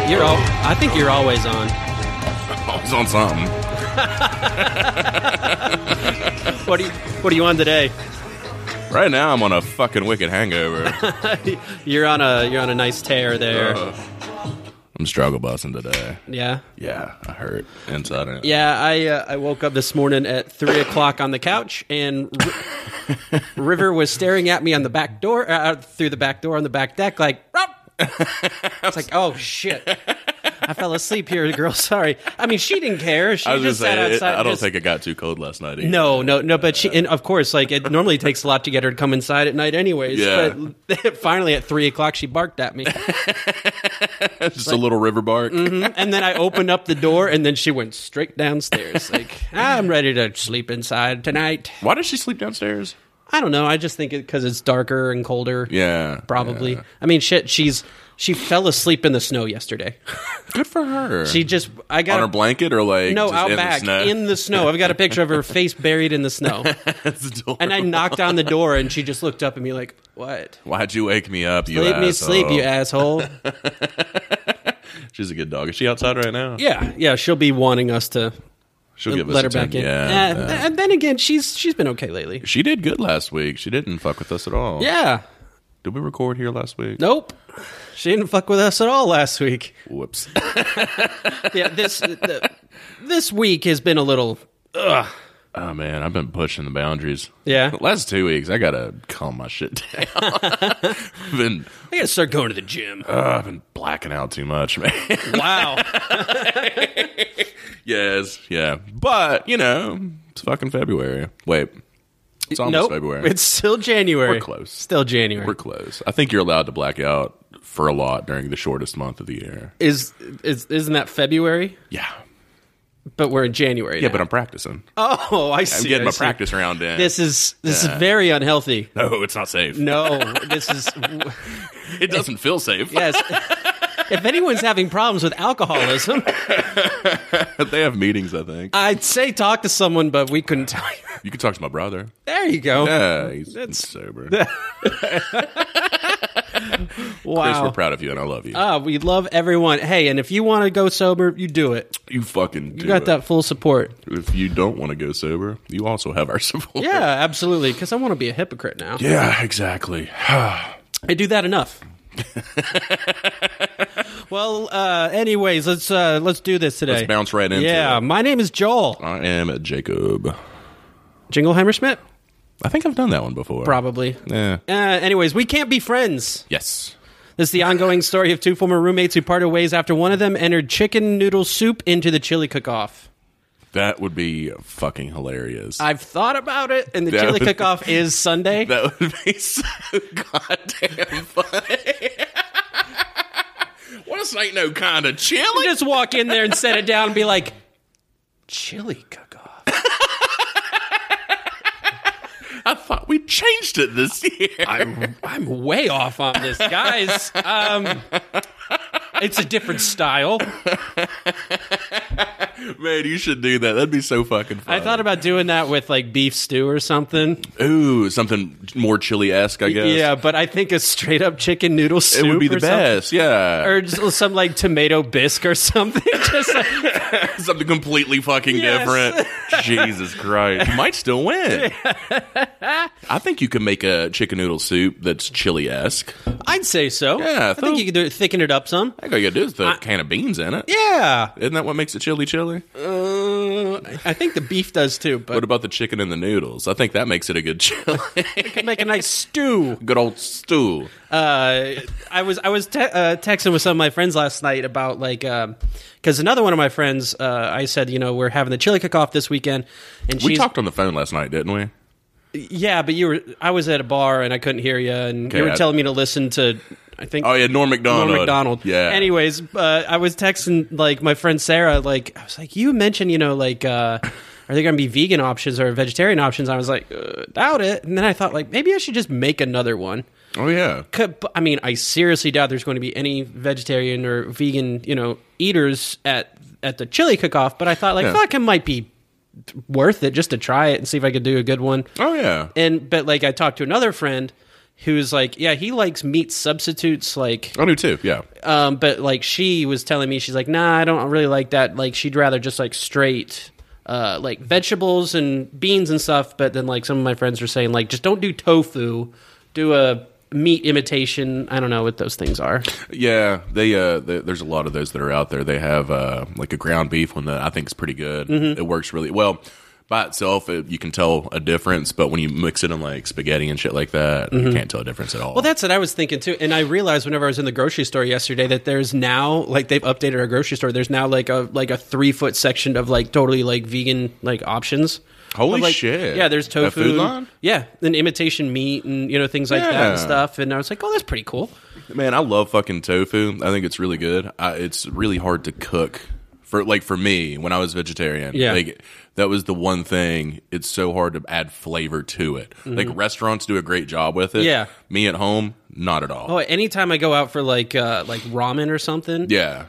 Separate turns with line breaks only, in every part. I think you're always on.
Always on something.
What are you What are you on today?
Right now, I'm on a fucking wicked hangover.
You're on a You're on a nice tear there.
Uh, I'm struggle busting today.
Yeah.
Yeah, I hurt inside and
Yeah, I uh, I woke up this morning at three o'clock on the couch, and Ri- River was staring at me on the back door, uh, out through the back door on the back deck, like. "Rob!" I was like, oh shit. I fell asleep here, girl. Sorry. I mean, she didn't care. She
I was
just
just
sat
saying, it,
outside.
I don't
just-
think it got too cold last night. Either.
No, no, no. But she, and of course, like it normally takes a lot to get her to come inside at night, anyways.
Yeah.
But finally, at three o'clock, she barked at me, Hmm?
just a little river bark.
and then I opened up the door, and then she went straight downstairs. Like I'm ready to sleep inside tonight.
Why does she sleep downstairs?
I don't know. I just think it because it's darker and colder.
Yeah,
Probably.
yeah.
I mean, shit. She's she fell asleep in the snow yesterday.
Good for her.
She just I got
on her
a-
blanket or like
no
just
out
in
back
The snow?
in the snow. I've got a picture of her face buried in the snow,
That's adorable.
and I knocked on the door, and she just looked up at me like, "What?
Why'd you wake me up? You
Leave me sleep,
asshole?
you asshole."
She's a good dog. Is she outside right now?
yeah, yeah. She'll be wanting us to
she'll give us
let
a
her back
10.
in.
Yeah,
Uh,
yeah.
and then again, she's she's been okay lately.
She did good last week. She didn't fuck with us at all.
Yeah.
Did we record here last week?
Nope. She didn't fuck with us at all last week.
Whoops.
Yeah, this the, this week has been a little
oh man, I've been pushing the boundaries.
Yeah.
The last two weeks, I gotta calm my shit down. I've been
I gotta start going to the gym.
uh, I've been blacking out too much, man.
Wow.
yes, yeah. But you know, it's fucking February. Wait, it's almost
nope.
February.
It's still January.
We're close.
Still January.
We're close. I think you're allowed to black out for a lot during the shortest month of the year.
is is isn't that February?
Yeah.
But we're in January.
Yeah,
now.
but I'm practicing.
oh, I see.
I'm getting
I
my
see.
practice round in.
This is this is very unhealthy.
no, it's not safe.
No, this is
It doesn't feel safe.
yes. If anyone's having problems with alcoholism,
they have meetings, I think.
I'd say talk to someone, but we couldn't tell you.
You can talk to my brother.
There you go.
Yeah, he's he's sober. Chris, we're
wow.
proud of you and I love you.
Ah, we love everyone. Hey, and if you want to go sober, you do it.
you fucking do
You got
it.
that full support.
If you don't want to go sober, you also have our support.
Yeah, absolutely. Because I want to be a hypocrite now.
Yeah, exactly.
I do that enough. well, uh, anyways, let's uh, let's do this today.
Let's bounce right into
Yeah,
it.
my name is Joel
I am Jacob.
Jingleheimer Schmidt.
I think I've done that one before.
Probably.
Yeah.
Uh, anyways, we can't be friends.
Yes.
This is the ongoing story of two former roommates who parted ways after one of them entered chicken noodle soup into the chili cook-off.
That would be fucking hilarious.
I've thought about it, and the
That
chili
would-
cook-off is Sunday.
That would be so goddamn funny. well, this ain't no kind of
You
chili.
just walk in there and set it down and be like, chili cook-off.
I thought we changed it this year.
I'm, I'm way off on this, guys. Um, it's a different style.
Man, you should do that. That'd be so fucking
I
funny.
thought about doing that with like beef stew or something.
Ooh, something more chili esque, I guess.
Yeah, but I think a straight up chicken noodle
It
soup
would be the
or something.
best, yeah.
Or just some like tomato bisque or something. Just like,
Something completely fucking
Yes.
different. Jesus Christ. You might still win. I think you can make a chicken noodle soup that's chili esque.
I'd say so.
Yeah,
I think
so-
you could do it, thicken it up some.
I think all you gotta do is throw a can of beans in it.
Yeah,
Isn't that what makes it chili chili?
uh, I think the beef does too,
What
but
about the chicken and the noodles? I think that makes it a good chili.
make a nice stew.
good old stew.
uh, I was I was te- uh, texting with some of my friends last night about like because another one of my friends uh, I said you know we're having the chili cook off this weekend and
We
she's
talked on the phone last night, didn't we?
yeah but you were I was at a bar and I couldn't hear you and you
Okay,
were
I-
telling me to listen to I think
Oh yeah, Norm McDonald.
Norm Macdonald.
Yeah.
Anyways, uh, I was texting like my friend Sarah. Like I was like, you mentioned, you know, like uh, are there going to be vegan options or vegetarian options? I was like, uh, doubt it. And then I thought like maybe I should just make another one.
Oh yeah.
Could, but, I mean, I seriously doubt there's going to be any vegetarian or vegan, you know, eaters at at the chili cook-off. But I thought like,
Yeah.
fuck, it might be worth it just to try it and see if I could do a good one.
Oh yeah.
And but like, I talked to another friend who's like, yeah, he likes meat substitutes, like,
I do too. Yeah.
um, but like she was telling me, she's like, nah, I don't really like that. Like, she'd rather just like straight. Uh, like vegetables and beans and stuff, but then like some of my friends were saying, like just don't do tofu, do a meat imitation. I don't know what those things are.
Yeah, they uh, th there's a lot of those that are out there. They have uh, like a ground beef one that I think is pretty good.
Mm-hmm.
It works really well by itself. It, you can tell a difference, but when you mix it in like spaghetti and shit like that, you can't tell a difference at all.
Mm-hmm. Well, that's what I was thinking too. And I realized whenever I was in the grocery store yesterday that there's now like they've updated our grocery store. There's now like a like a three foot section of like totally like vegan like options.
Holy
Of, like,
shit!
Yeah, there's tofu.
A food line?
Yeah, and imitation meat and you know things like that
Yeah.
and stuff. And I was like, oh, that's pretty cool.
Man, I love fucking tofu. I think it's really good. I, it's really hard to cook for like for me when I was vegetarian.
Yeah.
like that was the one thing. It's so hard to add flavor to it. Like restaurants do a great job with it.
Mm-hmm. Yeah.
me at home, not at all.
Oh, anytime I go out for like uh like ramen or something,
yeah,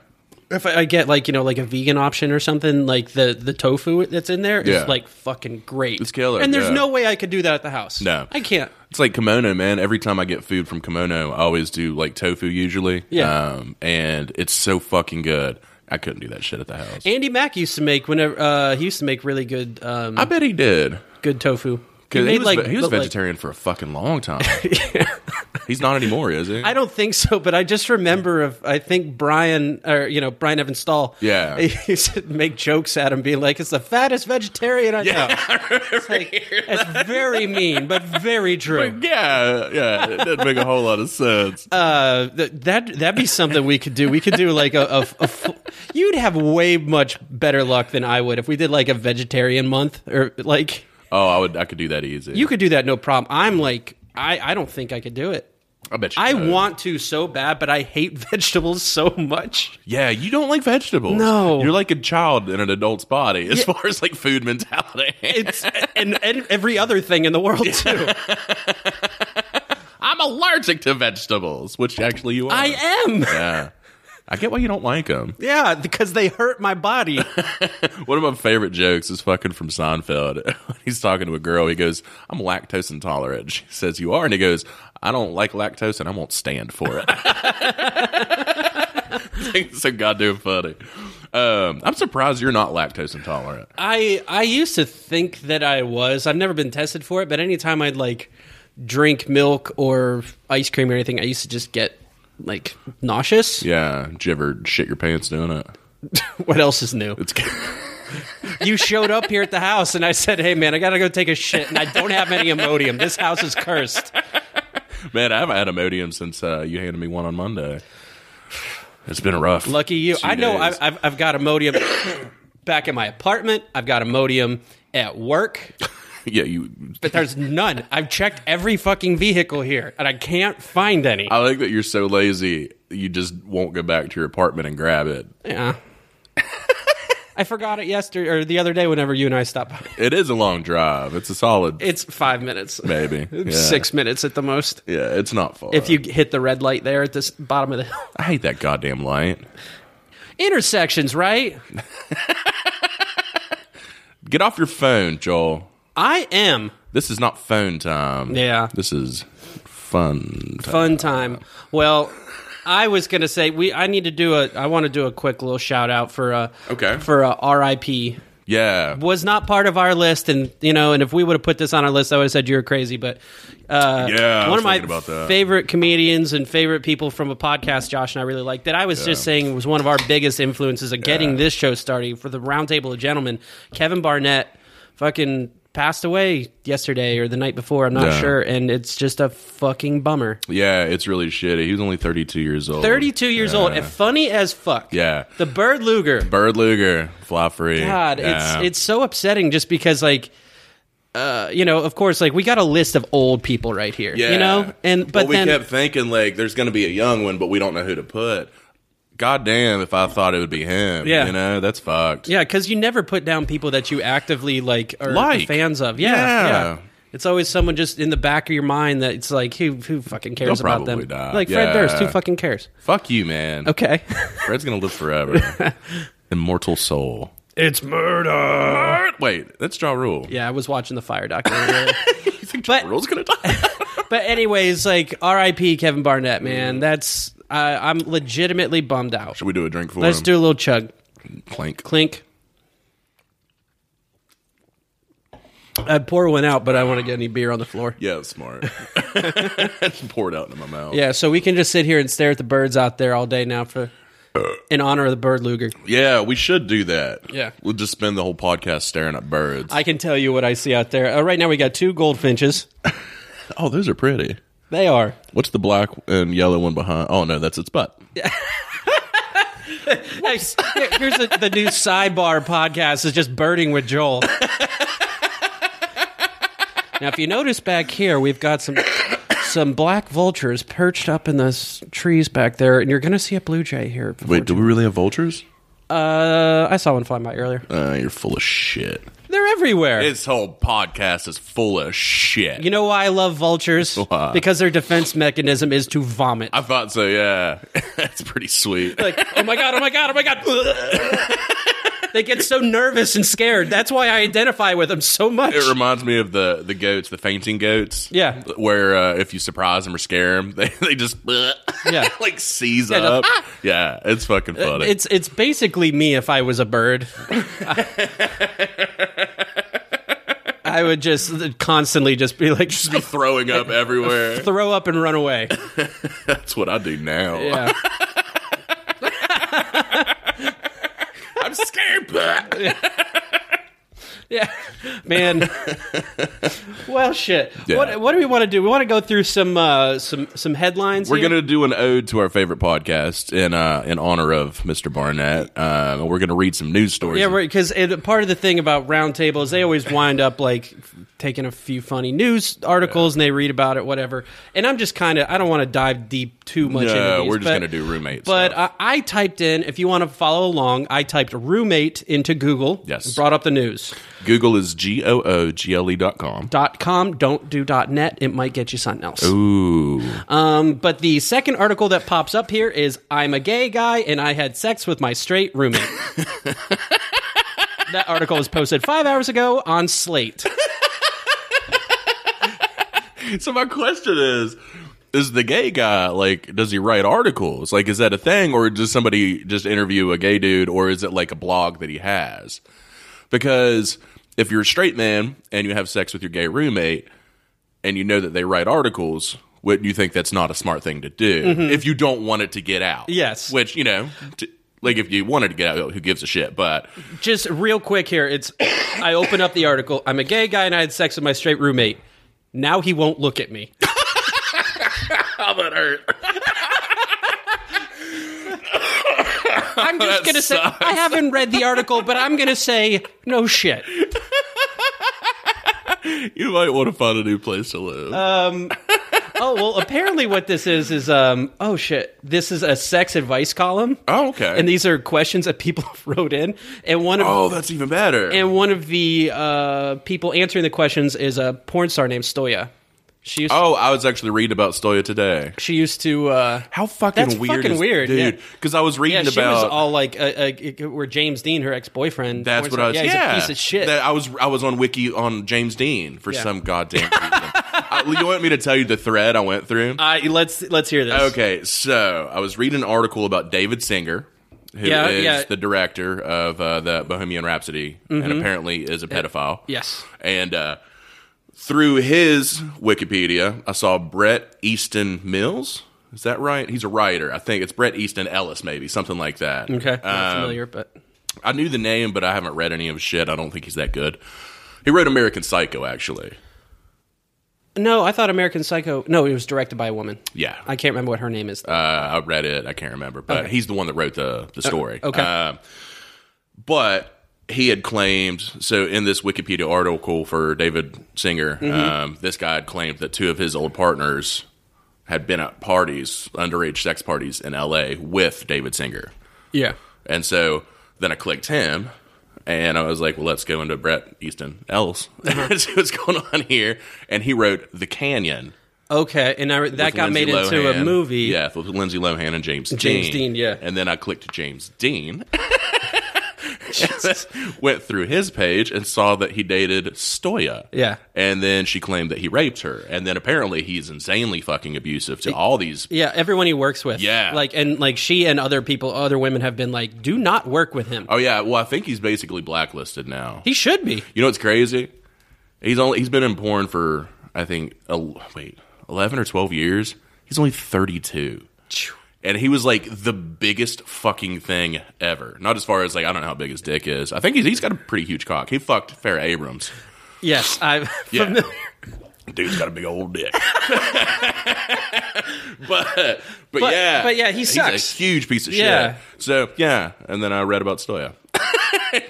if I, I get like you know like a vegan option or something, like the the tofu that's in there is
Yeah.
like fucking great.
It's killer,
And there's
yeah.
no way I could do that at the house.
No.
I can't.
It's like kimono, man. Every time I get food from kimono, I always do like tofu usually.
Yeah.
Um, and it's so fucking good. I couldn't do that shit at the house.
Andy Mack used to make whenever uh, he used to make really good um,
I bet he did.
good tofu.
Because he,
made,
was ve- he was
but, like-
vegetarian for a fucking long time. He's not anymore, is he?
I don't think so, but I just remember of I think Brian or you know Brian Evan Stahl.
Yeah.
he used to make jokes at him, being like, "It's the fattest vegetarian I know." It's, like, it's very mean, but very true.
yeah, yeah. It doesn't make a whole lot of sense.
Uh, th- that that'd be something we could do. We could do like a, a, a fu- you'd have way much better luck than I would if we did like a vegetarian month or like.
oh, I would. I could do that easy.
You could do that, no problem. I'm like, I, I don't think I could do it.
I bet you.
I
could.
want to so bad, but I hate vegetables so much.
Yeah, you don't like vegetables.
No.
you're like a child in an adult's body as far as like food mentality.
It's and, and every other thing in the world too.
I'm allergic to vegetables, which actually you are.
I am.
Yeah. I get why you don't like them.
Yeah, because they hurt my body.
One of my favorite jokes is fucking from Seinfeld. He's talking to a girl. He goes, I'm lactose intolerant. She says, You are? And he goes, I don't like lactose and I won't stand for it. I think it's so goddamn funny. Um, I'm surprised you're not lactose intolerant.
I I used to think that I was. I've never been tested for it, but anytime I'd like drink milk or ice cream or anything, I used to just get like nauseous.
Yeah. Did you ever shit your pants doing it?
What else is new?
It's
you showed up here at the house and I said, "Hey man, I gotta go take a shit, and I don't have any Imodium. This house is cursed."
Man, I haven't had Imodium since uh, you handed me one on Monday. It's been rough.
Lucky you.
Two
I know
days.
I've, I've, I've got Imodium back in my apartment. I've got Imodium at work,
yeah, you
but there's none. I've checked every fucking vehicle here, and I can't find any.
I like that you're so lazy, you just won't go back to your apartment and grab it.
yeah. I forgot it yesterday or the other day whenever you and I stopped by.
It is a long drive. It's a solid
It's five minutes,
maybe. Yeah.
six minutes at the most.
Yeah, it's not far.
If you hit the red light there at this bottom of the hill.
I hate that goddamn light.
intersections, right?
Get off your phone, Joel.
I am
This is not phone time.
Yeah.
This is fun. Time.
fun time. Well, I was gonna say we. I need to do a. I want to do a quick little shout out for uh
Okay.
for uh, R.I.P.
Yeah.
was not part of our list, and you know, and if we would have put this on our list, I would have said you were crazy. But uh,
Yeah, I
one
was
of my
thinking about that.
favorite comedians and favorite people from a podcast, Josh and I really like that. I was just saying was one of our biggest influences of getting this show started for the Roundtable of Gentlemen. Kevin Barnett, fucking. Passed away yesterday or the night before, I'm not
Yeah.
sure, and it's just a fucking bummer.
Yeah, it's really shitty. He was only 32 years old.
32 years old and funny as fuck.
Yeah.
The Bird Luger.
Bird Luger, fly free.
God,
Yeah.
it's it's so upsetting just because like uh, you know, of course, like we got a list of old people right here,
Yeah.
you know, and but
we
then
kept thinking like there's going to be a young one, but we don't know who to put. God damn, if I thought it would be him,
Yeah.
you know that's fucked.
yeah, because you never put down people that you actively like are
Like.
fans of, yeah,
Yeah.
yeah. It's always someone just in the back of your mind that it's like who who fucking cares
They'll
about them?
probably die.
Like Fred
Yeah.
Durst, who fucking cares?
Fuck you, man.
Okay,
Fred's gonna live forever. Immortal soul.
it's murder.
Wait, that's Jaw Rule.
Yeah, I was watching the Fire documentary.
You think
But-
Rule's gonna die?
But anyways, like R.I.P. Kevin Barnett, man. That's uh, I'm legitimately bummed out.
Should we do a drink for
Let's
him?
do a little chug,
clank.
clink. I pour one out, but I want to get any beer on the floor.
Yeah, smart. Pour it out into my mouth.
Yeah, so we can just sit here and stare at the birds out there all day now for in honor of the bird luger.
Yeah, we should do that.
Yeah.
We'll just spend the whole podcast staring at birds.
I can tell you what I see out there. Uh, right now, we got two goldfinches.
oh, those are pretty.
They are.
What's the black and yellow one behind? Oh, no, that's its butt.
Hey, here- here's the, the new sidebar podcast is just birding with Joel. now, if you notice back here, we've got some some black vultures perched up in the s- trees back there, and you're going to see a blue jay here.
Wait, do we really have vultures?
Uh, I saw one fly by earlier.
Uh, you're full of shit.
They're everywhere.
This whole podcast is full of shit.
you know why I love vultures?
Why?
Because their defense mechanism is to vomit.
I thought so, yeah. that's pretty sweet.
like, oh my god, oh my god, oh my god. they get so nervous and scared. That's why I identify with them so much.
It reminds me of the the goats, the fainting goats.
Yeah.
where uh, if you surprise them or scare them, they, they just
Yeah.
like seize
just, "Ah!"
up. Yeah, it's fucking funny.
it's it's basically me if I was a bird. I would just constantly just be like
just be throwing up everywhere.
throw up and run away.
That's what I do now.
Yeah.
I'm scared.
Yeah. Man. Well shit.
Yeah.
What what do we want to do? We want to go through some uh some some headlines.
We're
here?
gonna do an ode to our favorite podcast in uh, in honor of Mr. Barnett. Uh, we're gonna read some news stories.
Yeah, because part of the thing about roundtable is they always wind up like f- taking a few funny news articles and they read about it, whatever. And I'm just kind of I don't want to dive deep too much. into
no,
these,
we're just
but-
gonna do roommates.
But I, I typed in, if you want to follow along, I typed roommate into Google.
Yes.
and Brought up the news.
Google is g o o g l e dot com.
Dot com, don't do dot net. It might get you something else.
Ooh,
Um, but the second article that pops up here is I'm a gay guy and I had sex with my straight roommate. that article was posted five hours ago on Slate.
So my question is: Is the gay guy like? Does he write articles? Like, is that a thing, or does somebody just interview a gay dude, or is it like a blog that he has? Because if you're a straight man and you have sex with your gay roommate, and you know that they write articles. Wouldn't you think that's not a smart thing to do if you don't want it to get out?
Yes.
Which, you know, t- like if you wanted to get out, who gives a shit? But
Just real quick here, it's I open up the article. I'm a gay guy and I had sex with my straight roommate. Now he won't look at me.
how about hurt?
I'm just
That
gonna say
sucks.
I haven't read the article, but I'm gonna say no shit.
You might want to find a new place to live.
Oh well, apparently what this is is um oh shit. This is a sex advice column.
oh, okay.
and these are questions that people wrote in and one of
oh, that's even better.
and one of the uh, people answering the questions is a porn star named Stoya. She used,
Oh, I was actually reading about Stoya today.
she used to uh,
How fucking
That's
weird
fucking
is,
weird,
dude?
yeah.
Because I was
yeah,
reading
she was
about.
all like uh, uh, where James Dean, her ex boyfriend.
that's what I was.
Yeah,
Yeah,
he's a piece of shit.
That I was. I was on Wiki on James Dean for
Yeah.
some goddamn reason. I, you want me to tell you the thread I went through?
uh, let's let's hear this.
Okay, so I was reading an article about David Singer, who is
Yeah, yeah. Mm-hmm.
the director of uh, the Bohemian Rhapsody, and apparently is a pedophile.
Yes.
and uh, through his Wikipedia, I saw Brett Easton Mills. Is that right? He's a writer. I think it's Brett Easton Ellis, maybe something like that. Uh,
Okay, Um, not familiar, but
I knew the name, but I haven't read any of his shit. I don't think he's that good. He wrote American Psycho, actually.
no, I thought American Psycho. No, it was directed by a woman.
Yeah,
I can't remember what her name is.
Uh, I read it. I can't remember, but he's the one that wrote the the story.
okay.
Um, but he had claimed so in this Wikipedia article for David Singer, um, this guy had claimed that two of his old partners had been at parties, underage sex parties in L.A. with David Singer,
yeah,
and so then I clicked him. And I was like, well, let's go into Brett Easton Ellis. see what's going on here. And he wrote The Canyon.
okay, and I, that
with
got
Lindsay
made into a
Lohan.
movie.
Yeah, with Lindsay Lohan and James,
James Dean, yeah.
And then I clicked James Dean. went through his page and saw that he dated Stoya.
Yeah.
And then she claimed that he raped her. And then apparently he's insanely fucking abusive to all these.
Yeah, everyone he works with.
Yeah.
like and like she and other people, other women have been like, do not work with him.
Oh, yeah. Well, I think he's basically blacklisted now.
He should be.
You know what's crazy? He's only he's been in porn for I think el- wait eleven or twelve years. He's only thirty two, and he was like the biggest fucking thing ever. Not as far as like I don't know how big his dick is. I think he's, he's got a pretty huge cock. He fucked Fair Abrams.
Yes, I'm
Yeah.
familiar.
Dude's got a big old dick. but, but yeah,
but yeah, he
he's
sucks.
a huge piece of
Yeah.
shit. So yeah, and then I read about Stoya.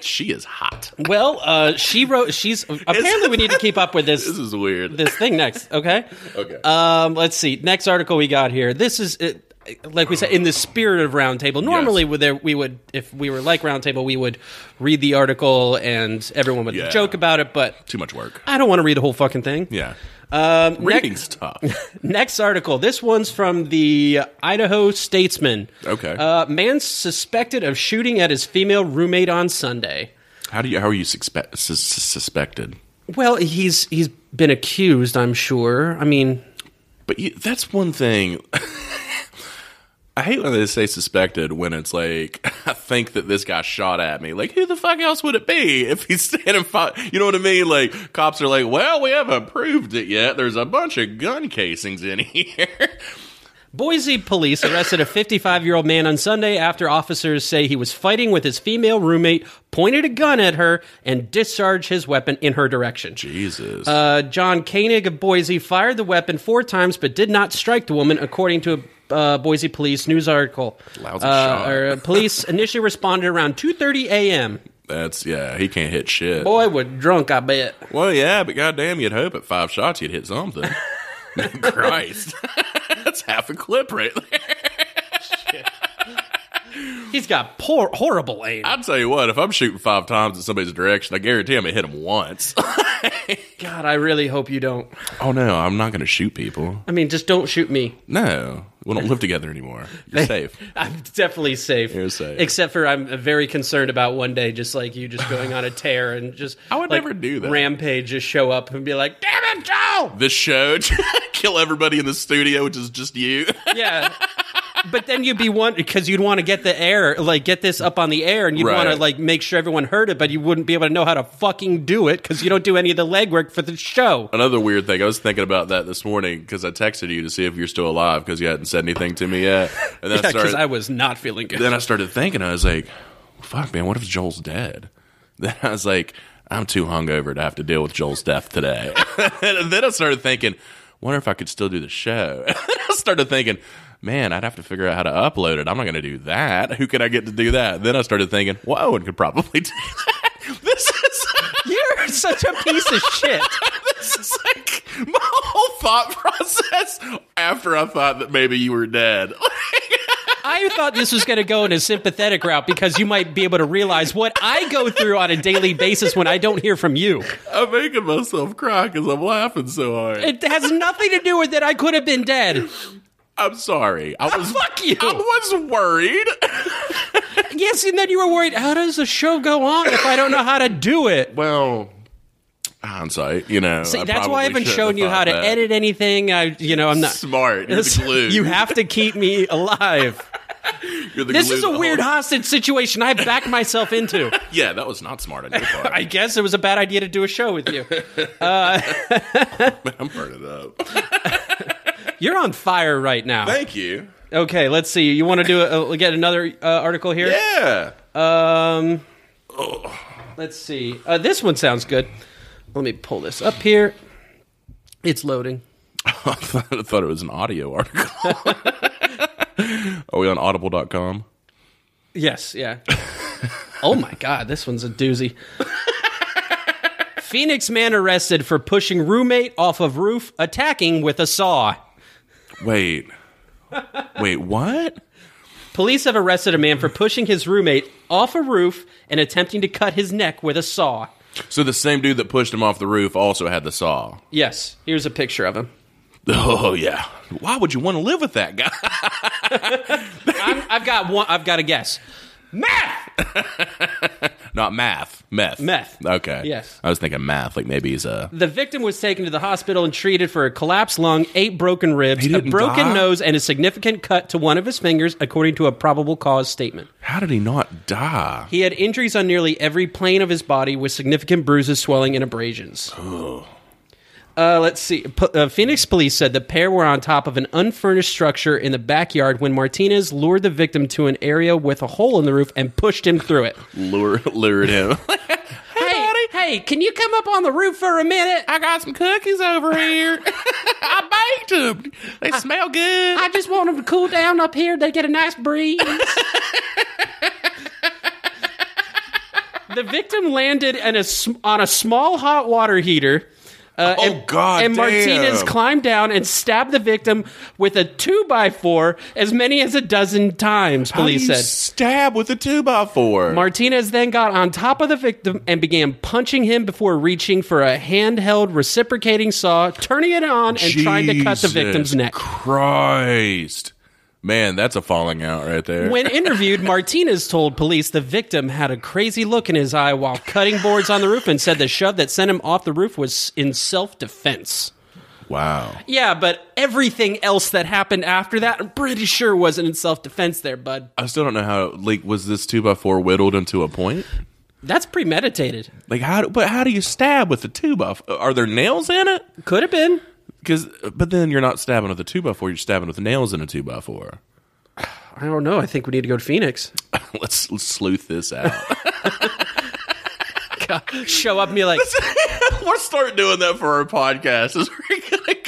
she is hot.
Well, uh, she wrote. She's apparently we need to keep up with this
This is weird.
this thing next. Okay.
Okay.
Um, let's see. Next article we got here. This is. It, like we said, in the spirit of roundtable, normally
Yes.
with there we would, if we were like roundtable, we would read the article and everyone would
Yeah.
joke about it. But
Too much work.
I don't want to read the whole fucking thing.
Yeah.
Um, next-
Reading stuff.
Next article. This one's from the Idaho Statesman.
Okay.
Uh, man suspected of shooting at his female roommate on Sunday.
How do you? How are you suspe- sus- sus- suspected?
Well, he's he's been accused. I'm sure. I mean,
But you, that's one thing. I hate when they say suspected when it's like I think that this guy shot at me. Like who the fuck else would it be if he's standing? Fi- you know what I mean? Like cops are like, well, we haven't proved it yet. There's a bunch of gun casings in here.
Boise police arrested a 55 year old man on Sunday after officers say he was fighting with his female roommate, pointed a gun at her, and discharged his weapon in her direction.
Jesus.
Uh, John Koenig of Boise fired the weapon four times but did not strike the woman, according to a uh, Boise police news article.
Lousy
Uh,
shot.
or, uh, police initially responded around 2.30 a.m.
that's yeah. He can't hit shit.
Boy, was drunk, I bet.
Well, yeah, but goddamn, you'd hope at five shots you'd hit something. Christ, that's half a clip right there.
He's got poor, horrible aim.
I'll tell you what, if I'm shooting five times in somebody's direction, I guarantee I'm going to hit them once.
God, I really hope you don't.
oh, no, I'm not going to shoot people.
I mean, just don't shoot me.
No, we don't live together anymore. You're safe.
I'm definitely safe.
You're safe.
Except for I'm very concerned about one day just like you just going on a tear and just
I would
like,
never do that.
Rampage just show up and be like, "Damn it, Joe!"
This show, kill everybody in the studio, which is just you.
Yeah. But then you'd be one because you'd want to get the air, like get this up on the air, and you'd want to
Right.
like make sure everyone heard it, but you wouldn't be able to know how to fucking do it because you don't do any of the legwork for the show.
Another weird thing, I was thinking about that this morning because I texted you to see if you're still alive because you hadn't said anything to me yet. And then, I
Because
started,
I was not feeling good.
then I started thinking, I was like, fuck, man, what if Joel's dead? Then I was like, I'm too hungover to have to deal with Joel's death today. and then I started thinking, wonder if I could still do the show. I started thinking, man, I'd have to figure out how to upload it. I'm not going to do that. Who can I get to do that? Then I started thinking, well, Owen could probably do that. This is,
You're such a piece of shit.
this is like my whole thought process after I thought that maybe you were dead.
I thought this was going to go in a sympathetic route because you might be able to realize what I go through on a daily basis when I don't hear from you.
I'm making myself cry because I'm laughing so hard.
It has nothing to do with it. I could have been dead.
I'm sorry. I was
Ah, fuck you.
I was worried.
Yes, and then you were worried how does the show go on if I don't know how to do it?
Well, hindsight, you know.
See, that's why I haven't shown you how to edit anything. I, you know, I'm not
Smart. You're the glue.
You have to keep me alive.
You're the
this
glue
is a
that
weird
holds-
hostage situation I backed myself into.
Yeah, that was not smart on your part.
I guess it was a bad idea to do a show with you.
I'm burning up.
You're on fire right now.
Thank you.
Okay, let's see. You want to do a, uh, get another uh, article here?
Yeah.
Um, let's see. Uh, this one sounds good. Let me pull this up here. It's loading.
I thought I thought it was an audio article. Are we on audible.com?
Yes, yeah. oh my god, this one's a doozy. Phoenix man arrested for pushing roommate off of roof, attacking with a saw.
Wait. Wait, what?
Police have arrested a man for pushing his roommate off a roof and attempting to cut his neck with a saw.
So the same dude that pushed him off the roof also had the saw.
Yes, here's a picture of him.
Oh yeah. Why would you want to live with that guy?
I'm, I've got one. I've got a guess. Math.
Not math. Meth.
Meth.
Okay.
Yes.
I was thinking math. Like maybe he's a.
The victim was taken to the hospital and treated for a collapsed lung, eight broken ribs,
He
a
didn't
broken
die?
nose, and a significant cut to one of his fingers, according to a probable cause statement.
How did he not die?
He had injuries on nearly every plane of his body with significant bruises, swelling, and abrasions. Uh, let's see. P- uh, Phoenix police said the pair were on top of an unfurnished structure in the backyard when Martinez lured the victim to an area with a hole in the roof and pushed him through it.
Lure, lured him.
Hey, hey, can you come up on the roof for a minute?
I got some cookies over here. I baked them. They smell good.
I just want them to cool down up here. They get a nice breeze. the victim landed in a, sm- on a small hot water heater. Uh,
Oh,
and,
God
And Martinez
damn.
climbed down and stabbed the victim with a two by four as many as a dozen times.
How do
Police
you
said.
stab with a two by four.
Martinez then got on top of the victim and began punching him before reaching for a handheld reciprocating saw, turning it on and trying to cut the
Jesus
victim's neck.
Christ, man, that's a falling out right there.
When interviewed, Martinez told police the victim had a crazy look in his eye while cutting boards on the roof and said the shove that sent him off the roof was in self defense.
wow.
Yeah, but everything else that happened after that, I'm pretty sure wasn't in self defense there, bud.
I still don't know how. Like, was this two by four whittled into a point?
That's premeditated.
Like, how? do- But how do you stab with a two by? f- Are there nails in it?
Could have been.
Because, uh, but then you're not stabbing with a two by four. You're stabbing with nails in a two by four.
I don't know. I think we need to go to Phoenix.
Let's, let's sleuth this out.
Show up and be like,
Let's start doing that for our podcast. Is we're gonna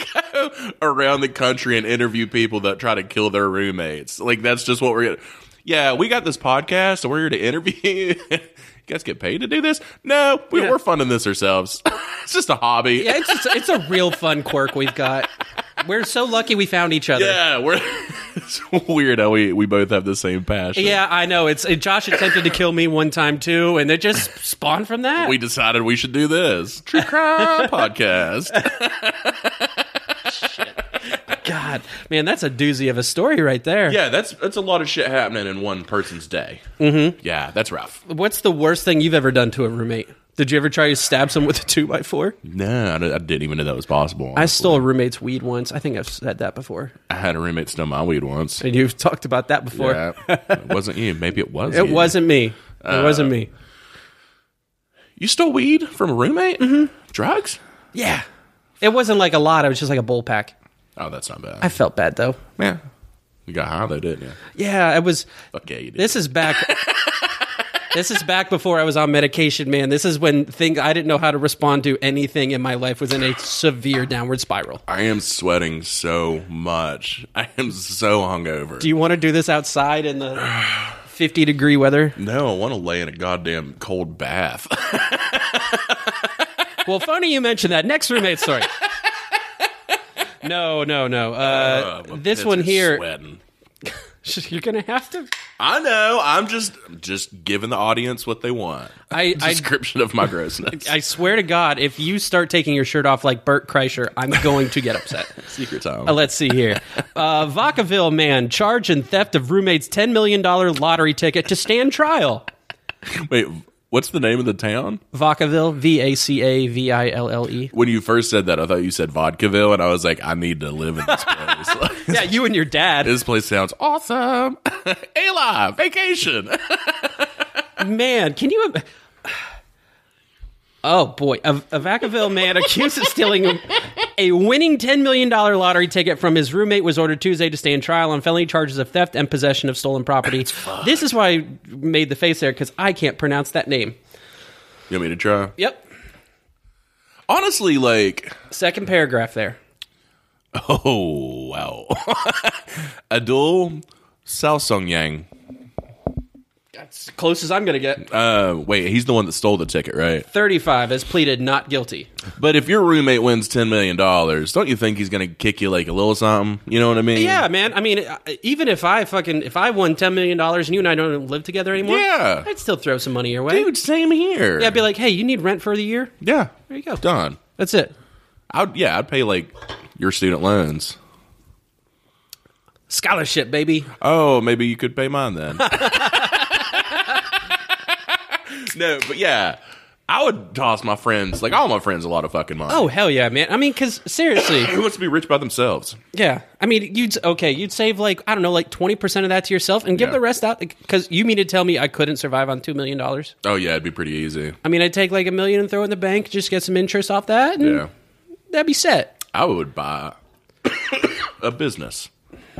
go around the country and interview people that try to kill their roommates. Like that's just what we're gonna. Yeah, we got this podcast, and we're here to interview. you guys get paid to do this? No, we,
Yeah.
we're funding this ourselves. it's just a hobby.
yeah, it's, just, it's a real fun quirk we've got. We're so lucky we found each other.
Yeah, we're. it's weird how we we both have the same passion.
Yeah, I know. It's it, Josh attempted to kill me one time too, and it just spawned from that.
We decided we should do this true crime podcast.
God, man, that's a doozy of a story right there.
Yeah, that's that's a lot of shit happening in one person's day. Mm-hmm. Yeah, that's rough.
What's the worst thing you've ever done to a roommate? Did you ever try to stab someone with a two by four?
No, I d- I didn't even know that was possible.
I
I,
stole a roommate's weed once. I think I've said that before,
had a roommate steal my weed once.
and you've talked about that before.
Yeah, it wasn't you. Maybe it was.
It
you.
wasn't me. It wasn't me.
You stole weed from a roommate?
Mm-hmm.
Drugs?
Yeah, it wasn't like a lot. It was just like a bowl pack.
Oh, that's not bad.
I felt bad though.
yeah, you got high though, didn't you?
Yeah, it was.
Fuck yeah, you did.
This is back. this is back before I was on medication, man. This is when things I didn't know how to respond to anything in my life was in a severe downward spiral.
I am sweating so much. I am so hungover.
Do you want to do this outside in the 50 degree weather?
no, I want to lay in a goddamn cold bath.
Well, funny you mentioned that. Next roommate story. No, no, no. Uh,
My
this
pits
one
are
here,
Sweating.
you're gonna have to.
I know. I'm just just giving the audience what they want.
I, I,
Description of my grossness.
I swear to God, if you start taking your shirt off like Bert Kreischer, I'm going to get upset.
Secret time.
Uh, Let's see here. Uh, Vacaville man charged in theft of roommate's $10 million lottery ticket to stand trial.
Wait, what's the name of the town?
Vacaville, V A C A V I L L E.
When you first said that, I thought you said Vodkaville, and I was like, I need to live in this place. Like,
Yeah, you and your dad.
this place sounds awesome. Ayla, vacation.
Man, can you. im- Oh boy, a, a Vacaville man accused of stealing a, a winning $10 million lottery ticket from his roommate was ordered Tuesday to stand trial on felony charges of theft and possession of stolen property. This is why I made the face there because I can't pronounce that name.
you want me to try?
Yep.
Honestly, like,
Second paragraph there.
oh, wow. Adul Saosong Yang.
That's as close as I'm going to get.
Uh, wait, he's the one that stole the ticket, right?
35 has pleaded not guilty.
But if your roommate wins $10 million, don't you think he's going to kick you like a little something? You know what I mean?
Yeah, man. I mean, I- even if I fucking if I won 10 million dollars and you and I don't live together anymore,
Yeah.
I'd still throw some money your way.
Dude, same here.
Yeah, I'd be like, "Hey, you need rent for the year?
yeah.
There you go.
Done.
That's it."
I'd yeah, I'd pay like your student loans.
Scholarship, baby.
Oh, maybe you could pay mine then. no, but yeah, I would toss my friends, like all my friends, a lot of fucking money.
Oh hell yeah, man! I mean, because seriously,
Who wants to be rich by themselves?
yeah. I mean, you'd okay, you'd save like I don't know, like twenty percent of that to yourself, and give
Yeah.
the rest out. Because you mean to tell me I couldn't survive on two million dollars?
Oh yeah, it'd be pretty easy.
I mean, I'd take like a million and throw it in the bank, just get some interest off that, and
Yeah,
that'd be set.
I would buy a business,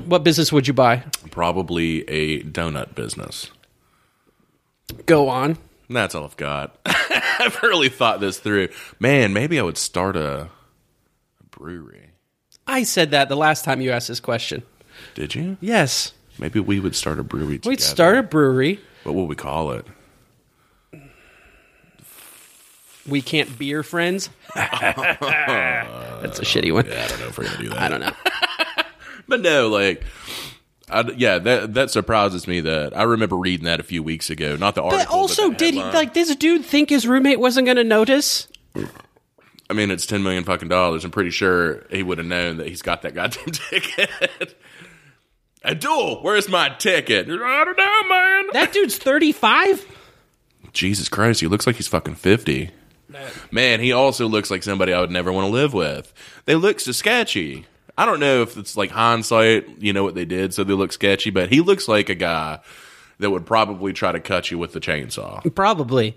What business would you buy?
probably a donut business.
Go on.
And That's all I've got. I've really thought this through. Man, maybe I would start a, a brewery.
I said that the last time you asked this question.
Did you?
Yes,
Maybe we would start a brewery. Together.
we'd start a brewery.
What would we call it?
We can't beer friends. That's a shitty one.
I don't know if we're gonna do that.
I don't know.
But no, like, I, yeah, that that surprises me. That I remember reading that a few weeks ago. Not the article,
But also,
the
did he,
headline.
like this dude think his roommate wasn't going to notice?
I mean, it's ten million fucking dollars. I'm pretty sure he would have known that he's got that goddamn ticket. a duel. Where's my ticket? I don't know, man.
That dude's thirty five.
Jesus Christ, he looks like he's fucking 50. Man, he also looks like somebody I would never want to live with. They look so sketchy. I don't know if it's like hindsight, you know what they did, so they look sketchy, but he looks like a guy that would probably try to cut you with the chainsaw.
Probably.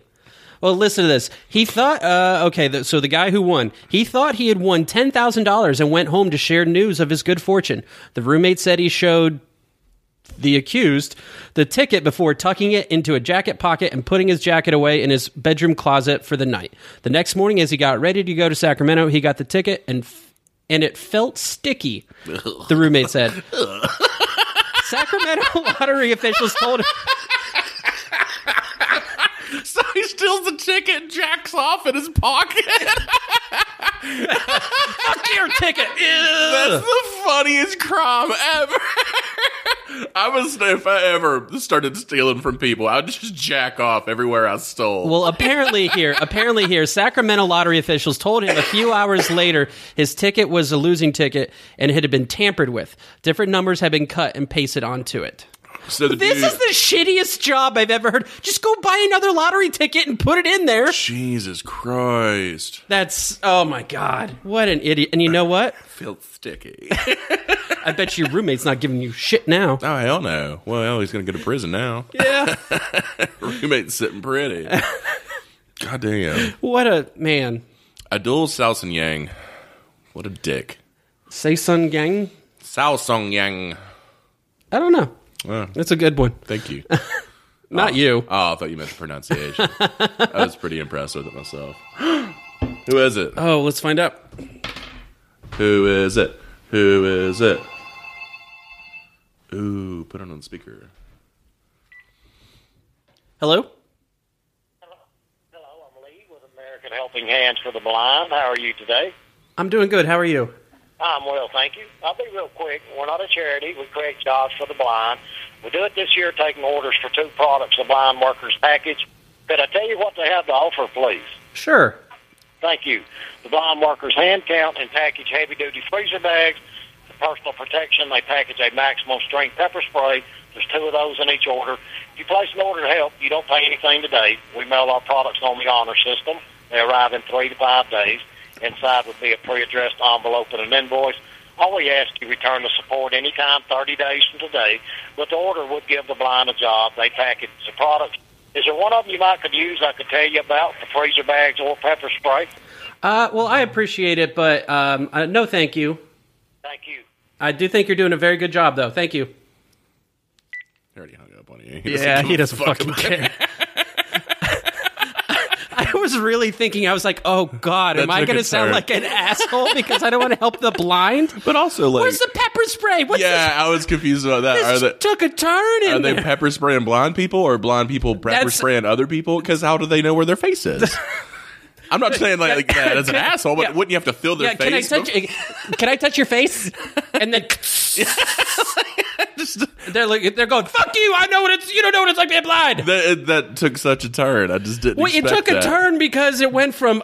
Well, listen to this. He thought, uh, okay, th- so the guy who won, he thought he had won $10,000 and went home to share news of his good fortune. The roommate said he showed the accused the ticket before tucking it into a jacket pocket and putting his jacket away in his bedroom closet for the night. The next morning, as he got ready to go to Sacramento, he got the ticket and f- and it felt sticky, the roommate said. Sacramento lottery officials told him.
So he steals the ticket and jacks off in his pocket.
Your ticket.
That's the funniest crime ever. I was if I ever started stealing from people, I'd just jack off everywhere I stole.
Well, apparently here, apparently here, Sacramento lottery officials told him a few hours later his ticket was a losing ticket and it had been tampered with. Different numbers had been cut and pasted onto it.
so the
This
dude,
is the shittiest job I've ever heard. Just go buy another lottery ticket and put it in there.
Jesus Christ.
That's oh my god, what an idiot! And you know what?
Felt sticky.
I bet your roommate's not giving you shit now.
oh hell no. Well, he's gonna go to prison now.
Yeah,
Roommate's sitting pretty. God damn.
what a man.
Adul Salson Yang. What a dick.
Say Sun Gang.
Salsung Yang.
I don't know.
Oh,
That's a good one.
thank you.
Not you.
Oh, I thought you meant the pronunciation. I was pretty impressed with it myself. Who is it?
Oh, let's find out.
Who is it? Who is it? Ooh, put it on the speaker.
Hello.
Hello, I'm Lee with American Helping Hands for the Blind. How are you today?
I'm doing good. How are you?
I'm well, thank you. I'll be real quick. We're not a charity. We create jobs for the blind. We do it this year taking orders for two products, the blind workers package. Could I tell you what they have to offer, please?
Sure.
Thank you. The blind workers hand count and package heavy duty freezer bags. For personal protection, they package a maximum strength pepper spray. There's two of those in each order. If you place an order to help, you don't pay anything today. We mail our products on the honor system. They arrive in three to five days. Inside would be a pre addressed envelope and an invoice. All we ask you return the support anytime 30 days from today, but the order would give the blind a job. They package the products. Is there one of them you might could use I could tell you about, the freezer bags or pepper spray?
Uh, well, I appreciate it, but um, uh, no, thank you.
Thank you.
I do think you're doing a very good job, though. Thank you.
He already hung up on you.
care. I was really thinking. I was like, "Oh God, am
That
I
took
going
a
to sound
turn.
like an asshole because I don't want to help the blind?"
But also, like,
Where's the pepper spray? What's
yeah, I was confused about that.
this?
Are
This
they,
took a turn
are
in
they
there.
pepper spraying blind people or blind people pepper
That's-
spraying other people? Because how do they know where their face is? I'm not saying like, like that as an asshole, but
Yeah.
wouldn't you have to feel their
yeah, can I
face?
touch? Can I touch your face? And then they're like, they're going, "Fuck you! I know what it's. You don't know what it's like being blind."
that, that took such a turn. I just didn't.
Well, it
expect
took a
that.
turn because it went from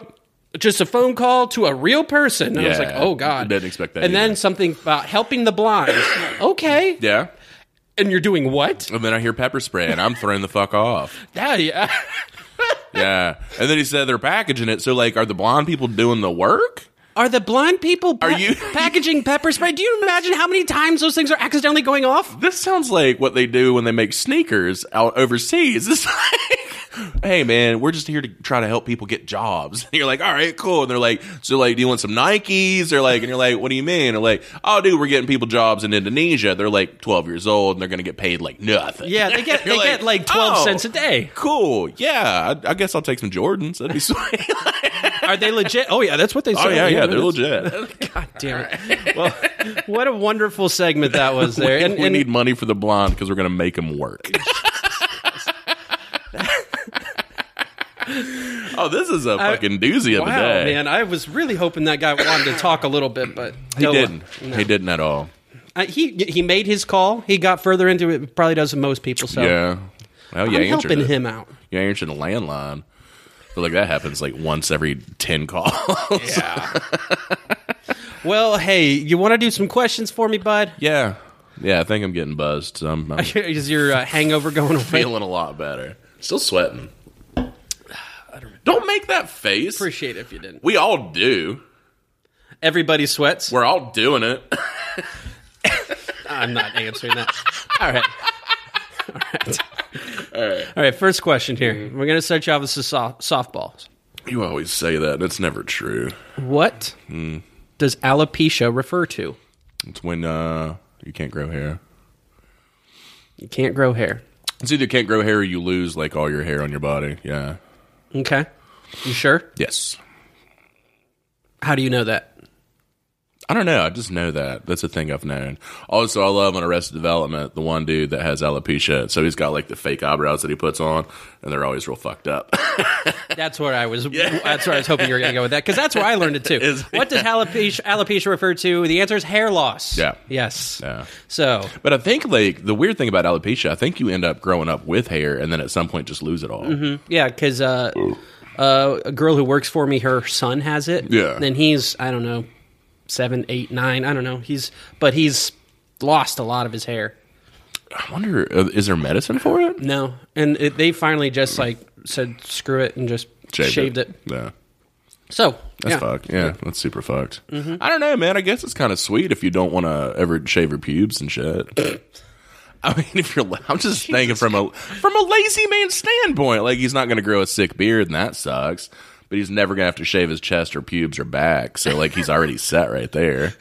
just a phone call to a real person. And I was
Yeah,
like, oh, God.
didn't expect that
And
either.
then something about helping the blind. okay.
Yeah,
And you're doing what?
and then I hear pepper spray, and I'm throwing the fuck off.
That, yeah.
yeah. And then he said they're packaging it. So, like, are the blonde people doing the work?
Are the blind people
Are
pa-
you-
packaging pepper spray? Do you imagine how many times those things are accidentally going off?
This sounds like what they do when they make sneakers out overseas. It's like, hey, man, we're just here to try to help people get jobs. And you're like, all right, cool. And they're like, so, like, do you want some Nikes? They're like, and you're like, what do you mean? They're like, oh, dude, we're getting people jobs in Indonesia. They're like 12 years old and they're going to get paid like nothing.
Yeah, they get
You're
they get like twelve
oh,
cents a day.
Cool. Yeah, I, I guess I'll take some Jordans. That'd be sweet.
Are they legit? Oh yeah, that's what they say.
oh yeah, yeah, they're
that's-
legit.
God damn it! Well, what a wonderful segment that was there.
And,
And,
we
and
need money for the blonde because we're gonna make him work. oh, this is a fucking doozy of
wow,
a day.
man, I was really hoping that guy wanted to talk a little bit, but
He didn't. He didn't at all.
Uh, he he made his call. He got further into it. Probably does than most people. So
Yeah. Well, you
I'm
answered
helping
it.
him out.
You answered a landline. But like that happens like once every ten calls.
Well, hey, you want to do some questions for me, bud?
yeah. Yeah, I think I'm getting buzzed. So I'm, I'm
Is your uh, hangover going away?
feeling a lot better. Still sweating. Don't make that face.
Appreciate it if you didn't.
We all do.
Everybody sweats.
We're all doing it.
I'm not answering that. All right. All right. All right. All right. First question here.
Mm-hmm.
We're going to start you off with some soft, softballs.
You always say that. and It's never true.
What
Mm.
does alopecia refer to?
It's when uh, you can't grow hair.
You can't grow hair.
It's either can't grow hair or you lose like all your hair on your body. Yeah.
Okay. You sure?
Yes.
How do you know that?
I don't know. I just know that. That's a thing I've known. Also, I love on Arrested Development the one dude that has alopecia. So he's got like the fake eyebrows that he puts on, and they're always real fucked up.
That's what I was. That's where I was hoping you were going to go with that because that's where I learned it too.
Is-
what does alopecia, alopecia refer to? The answer is hair loss.
Yeah.
Yes.
Yeah.
So
but I think like the weird thing about alopecia, I think you end up growing up with hair, and then at some point just lose it all.
Yeah, because uh, uh, a girl who works for me, her son has it.
Yeah.
and he's I don't know, seven, eight, nine. I don't know. He's but he's lost a lot of his hair.
I wonder, uh, is there medicine for it?
No, and it, they finally just like said screw it and just shaved, it.
Yeah.
So
That's
yeah. Mm-hmm.
fucked. Yeah, that's super fucked. I don't know, man. I guess it's kind of sweet if you don't want to ever shave your pubes and shit. I mean, if you're, I'm just thinking from a from a lazy man standpoint. Like he's not going to grow a sick beard, and that sucks. But he's never going to have to shave his chest or pubes or back. So like he's already set right there.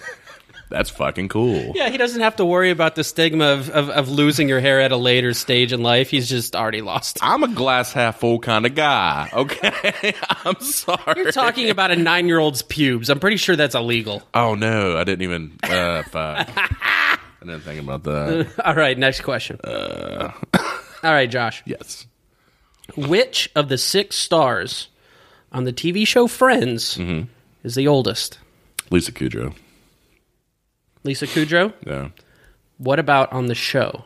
That's fucking cool.
Yeah, he doesn't have to worry about the stigma of, of, of losing your hair at a later stage in life. He's just already lost. it.
I'm a glass half full kind of guy. Okay, I'm sorry.
You're talking about a nine year old's pubes. I'm pretty sure that's illegal.
oh no, I didn't even. Uh, fuck. I didn't think about that.
All right, next question. All right, Josh.
Yes.
Which of the six stars on the TV show Friends is the oldest?
Lisa Kudrow.
Lisa Kudrow.
Yeah.
What about on the show?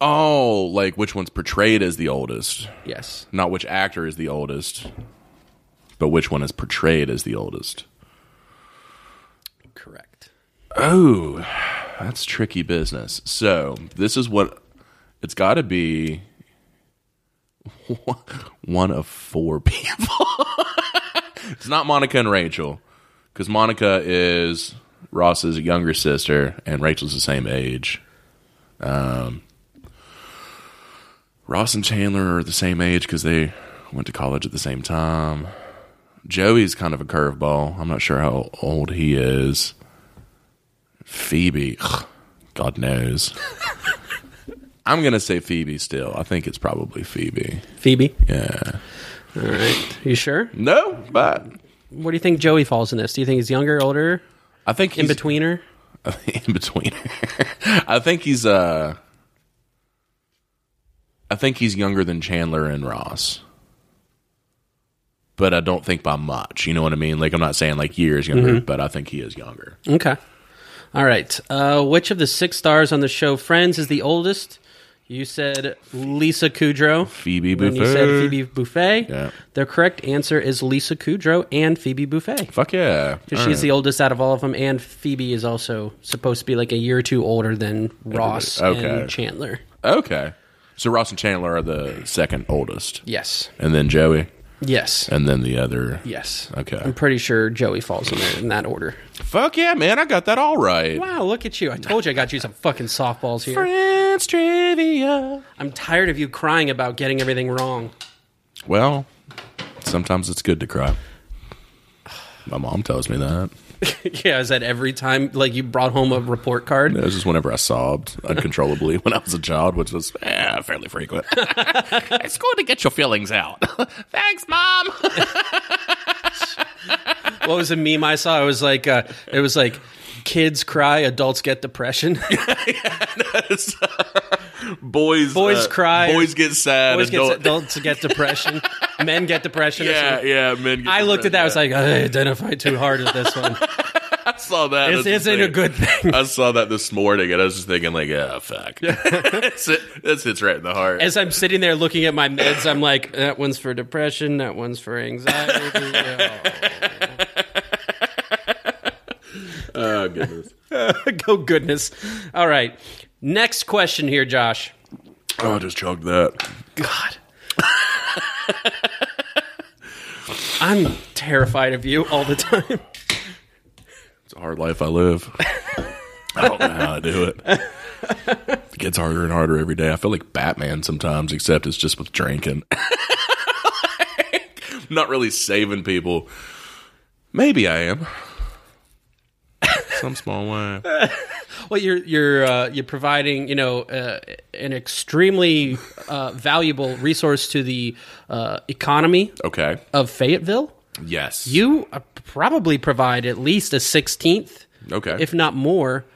Oh, like which one's portrayed as the oldest,
Yes.
not which actor is the oldest, but which one is portrayed as the oldest.
Correct.
Oh, that's tricky business. So this is what it's got to be. One of four people. it's not Monica and Rachel, because Monica is Ross's younger sister, and Rachel's the same age. Um, Ross and Chandler are the same age because they went to college at the same time. Joey's kind of a curveball. I'm not sure how old he is. Phoebe, ugh, God knows. I'm gonna say Phoebe still. I think it's probably Phoebe.
Phoebe.
Yeah.
All right. You sure?
No, but
Where do you think Joey falls in this? Do you think he's younger, older,
I think
in
he's-
betweener?
in between. I think he's uh I think he's younger than Chandler and Ross. But I don't think by much. You know what I mean? Like I'm not saying like years younger,
Mm-hmm.
but I think he is younger.
Okay. All right. Uh, which of the six stars on the show Friends is the oldest? You said Lisa Kudrow.
Phoebe
And
Buffet.
you said Phoebe Buffet.
Yeah.
The correct answer is Lisa Kudrow and Phoebe Buffet.
Fuck yeah.
Because she's the oldest out of all of them, and Phoebe is also supposed to be like a year or two older than Ross
Okay.
and Chandler.
Okay. So Ross and Chandler are the second oldest,
Yes.
and then Joey,
Yes.
and then the other.
Yes.
Okay.
I'm pretty sure Joey falls in there in that order.
Fuck yeah, man! I got that all right.
Wow, Ah, look at you. I told you I got you some fucking softballs here.
Friends trivia.
I'm tired of you crying about getting everything wrong.
Well, sometimes it's good to cry. My mom tells me that.
yeah, is that every time like you brought home a report card?
It was just whenever I sobbed uncontrollably when I was a child, which was eh, fairly frequent. it's good to get your feelings out. Thanks, mom.
What was a meme I saw? It was like uh, it was like kids cry, adults get depression.
Boys, uh,
Boys cry.
Boys get sad.
Boys get,
adult-
adults get depression. Men get depression. or
yeah,
something.
yeah. Men. Get
I looked at that. I was
depressed.
like, I identify too hard with this one.
I saw that.
This
That's the
isn't a
thing.
good thing.
I saw that this morning, and I was just thinking, like, ah, fuck. that's it. That's hits right in the heart.
As I'm sitting there looking at my meds, I'm like, that one's for depression, that one's for anxiety.
oh goodness.
Go Oh, goodness. All right. Next question here, Josh.
Oh, I just chugged that.
God. I'm terrified of you all the time.
It's a hard life I live. I don't know how I do it. It gets harder and harder every day. I feel like Batman sometimes, except it's just with drinking. Not really saving people. Maybe I am. Some small way.
Well, you're you're uh, you're providing you know uh, an extremely uh, valuable resource to the uh, economy
Okay.
of Fayetteville.
Yes.
You uh, probably provide at least a sixteenth,
Okay.
if not more,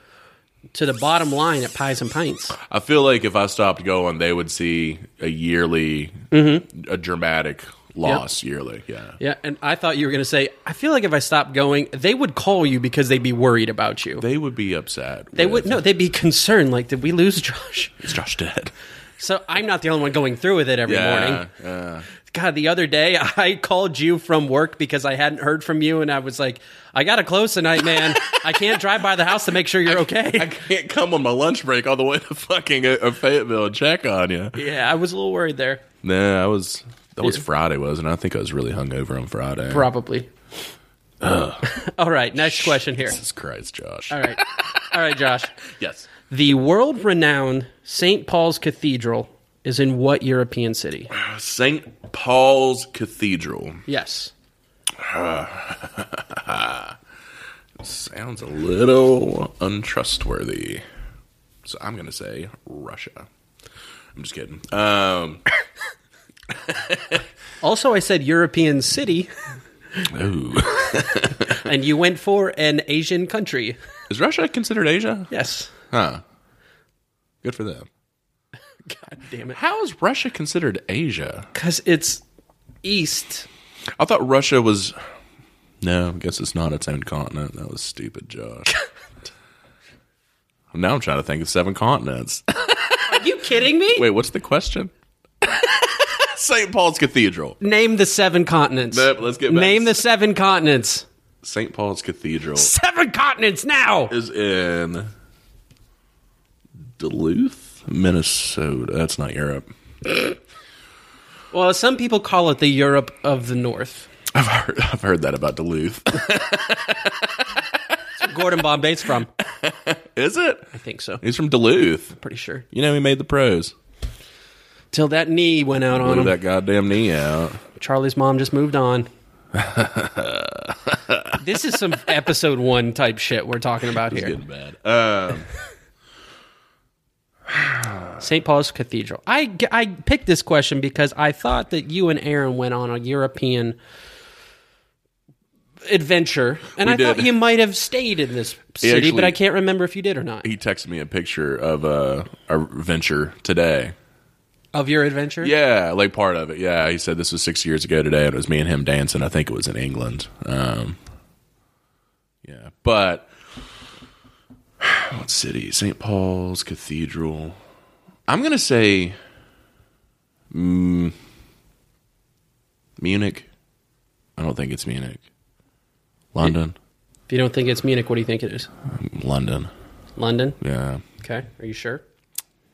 to the bottom line at Pies and Pints.
I feel like if I stopped going, they would see a yearly,
Mm-hmm.
a dramatic loss yearly. Yeah.
Yeah, and I thought you were going to say, I feel like if I stopped going, they would call you because they'd be worried about you.
They would be upset.
They would no, they'd be concerned. Like, did we lose Josh?
It's Josh dead.
So I'm not the only one going through with it every morning.
yeah.
God, the other day I called you from work because I hadn't heard from you, and I was like, I got to close tonight, man. I can't drive by the house to make sure you're
I
okay.
can't come on my lunch break all the way to fucking uh, Fayetteville and check on you.
Yeah, I was a little worried there.
Nah, I was. That was Friday, wasn't it? I think I was really hungover on Friday.
Probably. All right, next question here.
Jesus Christ, Josh.
All right, all right, Josh.
Yes.
The world-renowned St. Paul's Cathedral is in what European city?
St. Paul's Cathedral.
Yes.
Sounds a little untrustworthy. So I'm going to say Russia. I'm just kidding. Um,
Also, I said European city,
ooh.
and you went for an Asian country.
Is Russia considered Asia?
Yes.
Huh. Good for them.
God damn it.
How is Russia considered Asia?
Because it's east.
I thought Russia was. No, I guess it's not its own continent. That was stupid, Josh. now I'm trying to think of seven continents.
Are you kidding me?
Wait, what's the question? St. Paul's Cathedral.
Name the seven continents.
Nope, let's get back.
Name the seven continents.
St. Paul's Cathedral
Seven continents now.
is in Duluth, Minnesota. That's not Europe.
Well, some people call it the Europe of the North.
I've heard, I've heard that about Duluth.
Gordon Bombay's from. I
is it?
think so.
He's from Duluth.
Pretty sure.
You know, he made the pros.
Till that knee went out on
Blew
him.
that goddamn knee out.
Charlie's mom just moved on. this is some episode one type shit we're talking about here.
Getting bad. Um,
St. Paul's Cathedral. I, I picked this question because I thought that you and Aaron went on a European adventure, and I thought
did.
you might have stayed in this city,
actually-
but I can't remember if you did or not.
he texted me a picture of uh, our venture today.
Of your adventure?
Yeah, like part of it. Yeah, he said this was six years ago today, and it was me and him dancing. I think it was in England. Um, yeah, but what city? St. Paul's Cathedral. I'm gonna say mm, Munich. I don't think it's Munich. London,
If you don't think it's Munich, what do you think it is?
London.
London?
Yeah,
Okay. Are you sure?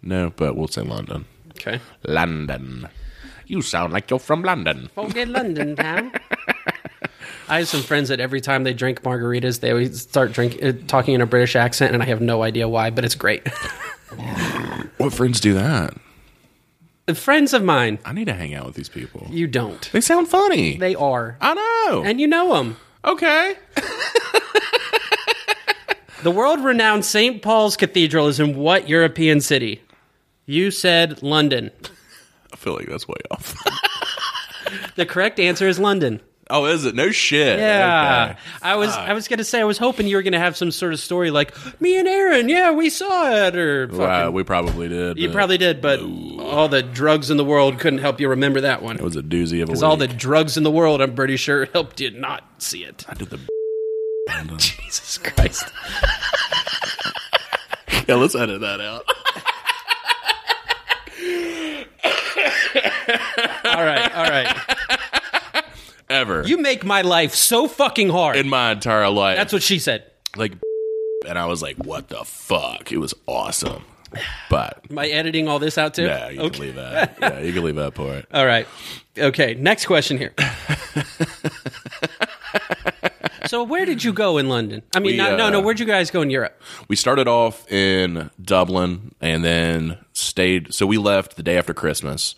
no, but we'll say London.
Okay.
London. You sound like you're from London.
Okay, London town. I have some friends that every time they drink margaritas, they always start drink, uh, talking in a British accent, and I have no idea why, but it's great.
What friends do that?
friends of mine,
I need to hang out with these people.
you don't.
They sound funny.
They are.
I know.
And you know them.
okay.
The world renowned St. Paul's Cathedral is in what European city? You said London.
I feel like that's way off.
The correct answer is London.
oh, is it? No shit.
Yeah,
Okay.
I was. I was gonna say. I was hoping you were gonna have some sort of story like me and Aaron. Yeah, we saw it. Or fucking,
Wow, we probably did.
you
but
probably did, but all the drugs in the world couldn't help you remember that one.
It was a doozy of a week.
Because all the drugs in the world, I'm pretty sure, helped you not see it.
I did the.
Jesus Christ.
yeah, let's edit that out.
all right, all right.
Ever
You make my life so fucking hard.
in my entire life,
That's what she said.
like, and I was like, "What the fuck?" It was awesome. But
Am I editing all this out too?
yeah, you can leave that. Yeah, you can leave that part.
All right. Okay. Next question here. so, where did you go in London? I mean,
We,
not, no,
uh,
no. Where'd you guys go in Europe?
We started off in Dublin and then stayed. So we left the day after Christmas.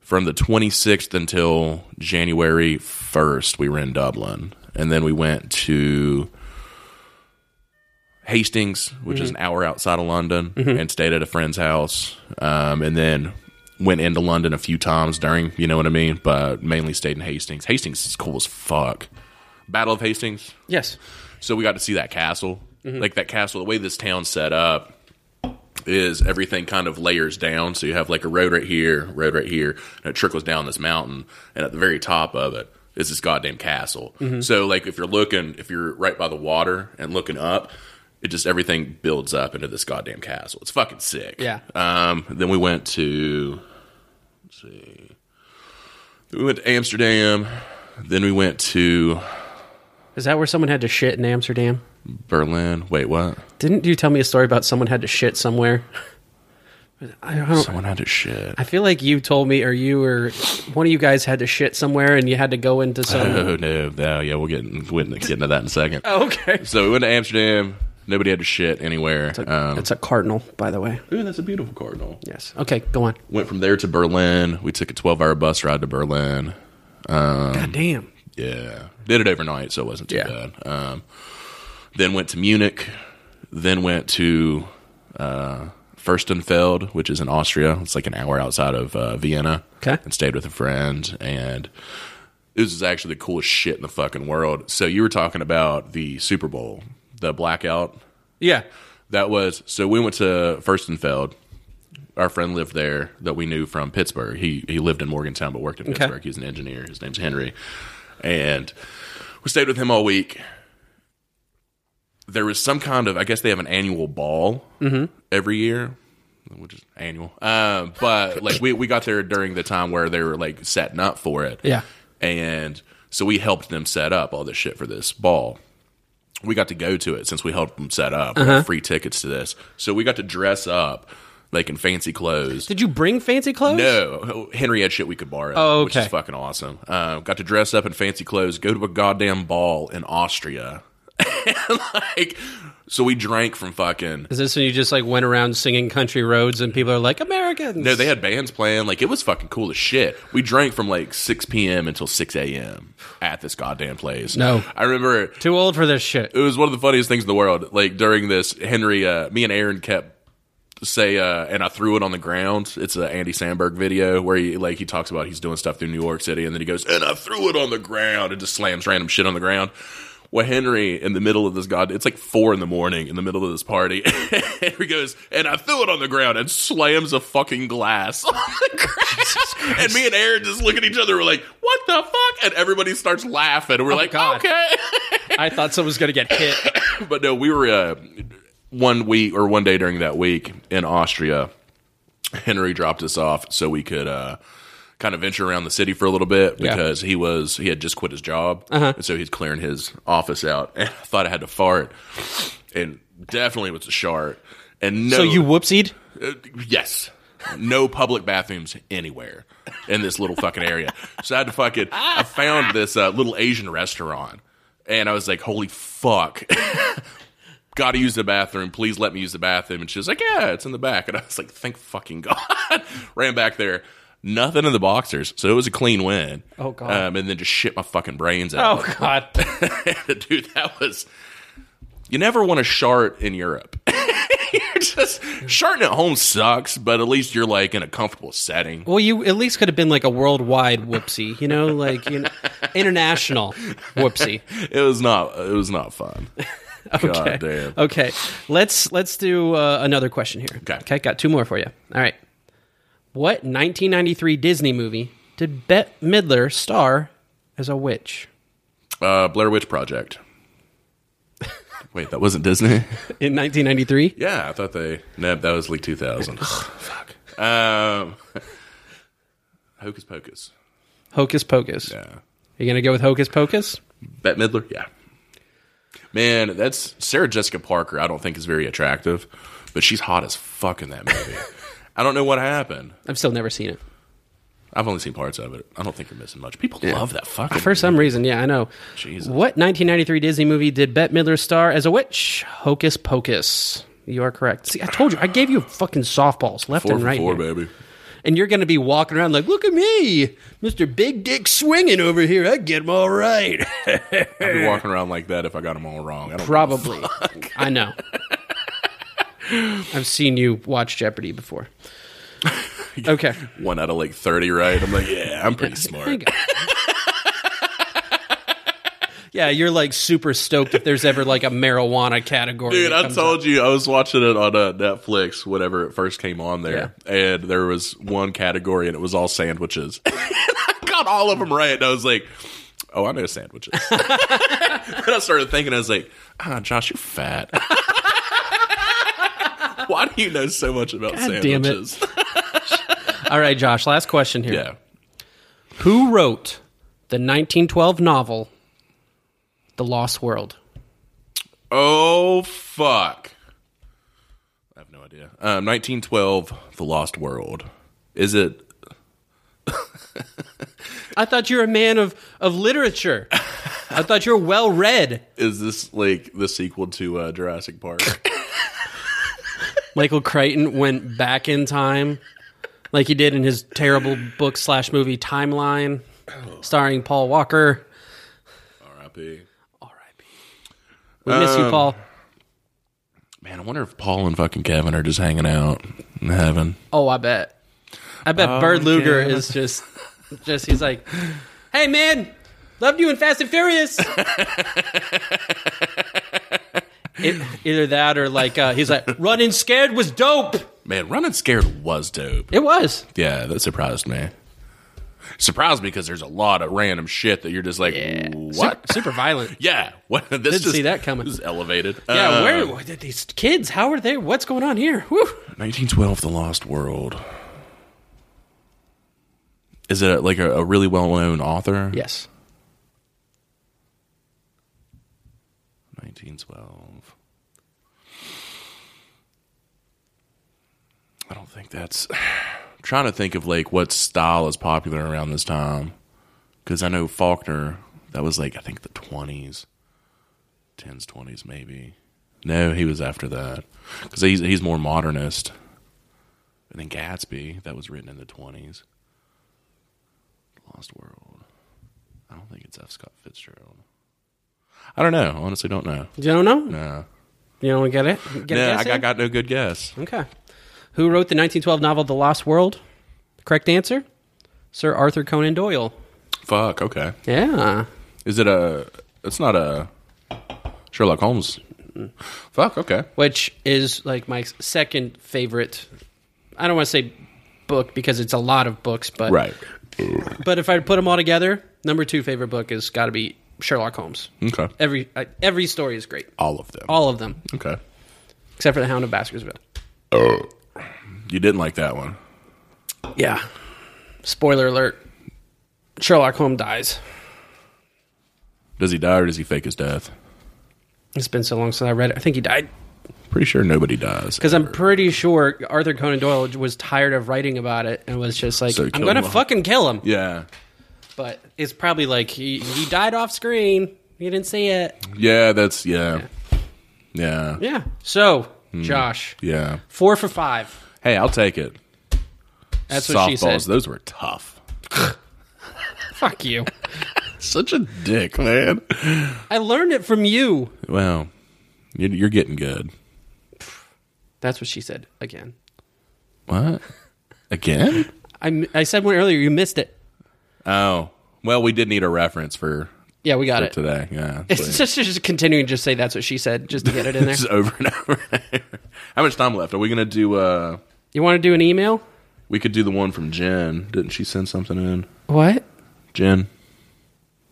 From the 26th until January 1st, we were in Dublin. And then we went to Hastings, which is an hour outside of London, and stayed at a friend's house. Um, and then went into London a few times during, you know what I mean? But mainly stayed in Hastings. Hastings is cool as fuck. Battle of Hastings.
Yes.
So we got to see that castle. Like that castle, the way this town's set up is everything kind of layers down. So you have like a road right here, road right here, and it trickles down this mountain. And at the very top of it is this goddamn castle. So like if you're looking, if you're right by the water and looking up, it just everything builds up into this goddamn castle. It's fucking sick.
Yeah.
Um. Then we went to, let's see, we went to Amsterdam. Then we went to
Is that where someone had to shit in Amsterdam?
Berlin. Wait, what?
Didn't you tell me a story about someone had to shit somewhere? I don't.
Someone had to shit.
I feel like you told me, or you or one of you guys had to shit somewhere, and you had to go into some.
Oh no, no, yeah, we'll get, we'll get into that in a second.
okay.
So we went to Amsterdam. Nobody had to shit anywhere. um,
It's a cardinal, by the way.
ooh, that's a beautiful cardinal.
Yes. Okay. Go on.
Went from there to Berlin. We took a twelve-hour bus ride to Berlin. um,
God damn.
Yeah, did it overnight, so it wasn't too
Yeah.
bad. Um, then went to Munich. Then went to uh, Furstenfeld, which is in Austria. It's like an hour outside of uh, Vienna.
Okay.
and stayed with a friend. And this is actually the coolest shit in the fucking world. So you were talking about the Super Bowl, the blackout.
Yeah.
That was so we went to Furstenfeld. Our friend lived there that we knew from Pittsburgh. He he lived in Morgantown but worked in Pittsburgh. He's an engineer. His name's Henry. And we stayed with him all week. There was some kind of I guess they have an annual ball every year. Which is annual. Um, but like we, we got there during the time where they were like setting up for it.
Yeah.
And so we helped them set up all this shit for this ball we got to go to it since we helped them set up. We
Uh-huh.
got free tickets to this, so we got to dress up like in fancy clothes.
Did you bring fancy clothes?
No, oh, Henry had shit we could borrow,
Oh,
which is
okay.
fucking awesome. Uh, got to dress up in fancy clothes, go to a goddamn ball in Austria, like so we drank from fucking.
Is this when you just like went around singing country roads and people are like Americans?
No, they had bands playing. Like it was fucking cool as shit. We drank from like six p.m. until six a.m. at this goddamn place.
No.
I remember
too old for this shit.
it was one of the funniest things in the world. Like during this, Henry, uh, me and Aaron kept say, uh, and I threw it on the ground. It's an Andy Sandberg video where he like he talks about he's doing stuff through New York City, and then he goes, and I threw it on the ground, and just slams random shit on the ground. Well, Henry, in the middle of this god, it's like four in the morning in the middle of this party. Henry goes, and I threw it on the ground and slams a fucking glass on the ground. And me and Aaron just look at each other. We're like, what the fuck? And everybody starts laughing. We're like,
God.
okay.
I thought someone was gonna get hit.
But no, we were uh, one week or one day during that week in Austria. Henry dropped us off so we could uh, kind of venture around the city for a little bit
Yeah.
because he was he had just quit his job, and so he's clearing his office out. And I thought I had to fart, and definitely was a shart. And no,
So you whoopsied?
uh, yes. no public bathrooms anywhere in this little fucking area. So I had to fucking I found this uh, little Asian restaurant, and I was like, holy fuck. Got to use the bathroom. Please let me use the bathroom. And she was like, "Yeah, it's in the back." And I was like, "Thank fucking god!" Ran back there, nothing in the boxers, so it was a clean win.
Oh, God.
Um, and then just shit my fucking brains out.
Oh God.
dude, that was. You never want to shart in Europe. you're just sharting at home sucks, but at least you're like in a comfortable setting.
Well, you at least could have been like a worldwide whoopsie, you know, like you know, international whoopsie.
It was not. It was not fun. okay.
Okay.
God damn.
Okay. Let's let's do uh, another question here.
Okay.
Okay. Got two more for you. All right. What 1993 Disney movie did Bette Midler star as a witch?
Uh, Blair Witch Project. Wait, that wasn't Disney.
In 1993,
yeah, I thought they. No, that was like 2000. Fuck. Um, Hocus Pocus.
Hocus Pocus.
Yeah.
Are you gonna go with Hocus Pocus?
Bette Midler, yeah. Man, that's Sarah Jessica Parker. I don't think is very attractive, but she's hot as fuck in that movie. I don't know what happened.
I've still never seen it.
I've only seen parts of it. I don't think you're missing much. People love that fucking.
For some reason, yeah, I know.
Jesus.
What 1993 Disney movie did Bette Midler star as a witch? Hocus Pocus. You are correct. See, I told you, I gave you fucking softballs left
four
and
for
right.
four,
here.
baby.
And you're going to be walking around like, look at me, Mr. Big Dick swinging over here. I get him all right.
I'd be walking around like that if I got them all wrong. I don't
Probably. I know. I've seen you watch Jeopardy before. Okay.
One out of like thirty, right? I'm like, yeah, I'm pretty
There you
smart.
go. yeah, you're like super stoked if there's ever like a marijuana category.
Dude,
that
I
comes
told you I was watching it on uh, Netflix whenever it first came on there, and there was one category, and it was all sandwiches. And I got all of them right, and I was like, "Oh, I know sandwiches." and I started thinking, I was like, "Ah, Josh, you're fat. Why do you know so much about
God damn it.
sandwiches?"
All right, Josh, last question here.
yeah,
Who wrote the 1912 novel The Lost World?
Oh fuck! I have no idea. Um, 1912, The Lost World. Is it?
I thought you were a man of, of literature. I thought you were well read.
Is this like the sequel to uh, Jurassic Park?
Michael Crichton went back in time like he did in his terrible book slash movie Timeline, starring Paul Walker.
R.I.P.
R.I.P. We miss you, Paul.
Man, I wonder if Paul and fucking Kevin are just hanging out in heaven.
Oh, I bet. I bet Bird
Oh,
Luger
yeah.
is just, just he's like, hey man, loved you in Fast and Furious. It- either that or like uh, he's like, running scared was dope.
Man, Running Scared was dope.
It was.
Yeah, that surprised me. Surprised me because there's a lot of random shit that you're just like, what?
Sup- Super, violent.
yeah, what? This
Didn't
just-
see that coming.
This is elevated.
Yeah,
Um,
where where did these kids? How are they? What's going on here? Whew.
1912, The Lost World. Is it like a, a really well known author?
Yes.
1912. I don't think that's. trying to think of like what style is popular around this time. Because I know Faulkner, that was like, I think the 20s. 10s, 20s, maybe. No, he was after that. Because he's, he's more modernist. And then Gatsby, that was written in the 20s. Lost World. I don't think it's F. Scott Fitzgerald. I don't know. Honestly, don't know.
You don't know?
No.
You don't get it? Get a
Yeah,
guess
I got,
in?
got no good guess.
Okay. Who wrote the 1912 novel The Lost World? Correct answer? Sir Arthur Conan Doyle.
Fuck, okay.
Yeah.
Is it a. It's not a. Sherlock Holmes. Fuck, okay.
Which is like my second favorite. I don't want to say book because it's a lot of books, but
Right.
but if I put them all together, number 2 favorite book has got to be Sherlock Holmes.
Okay.
Every I, every story is great.
All of them.
All of them,
Okay.
except for The Hound of Baskerville.
You didn't like that one.
Yeah. Spoiler alert. Sherlock Holmes dies.
Does he die or does he fake his death?
It's been so long since I read it. I think he died.
Pretty sure nobody dies.
Because I'm pretty sure Arthur Conan Doyle was tired of writing about it and was just like,
So he
I'm
killed
going to
him off."
fucking kill him.
Yeah.
But it's probably like he, he died off screen. You didn't see it.
Yeah, that's yeah. Yeah.
Yeah. So,
Hmm.
Josh,
Yeah.
four for five.
Hey, I'll take it.
That's
Softballs,
what she said.
those were tough.
Fuck you.
Such a dick, man.
I learned it from you.
Well, you're, you're getting good.
That's what she said again.
What? Again?
I, m- I said one earlier. You missed it.
Oh. Well, we did need a reference for,
Yeah, we got
for
it.
today. Yeah.
It's just, just continuing to just say that's what she said just to get it in there.
Just over and over. How much time left? Are we going to do uh
You want to do an email?
we could do the one from Jen. Didn't she send something in?
What?
Jen,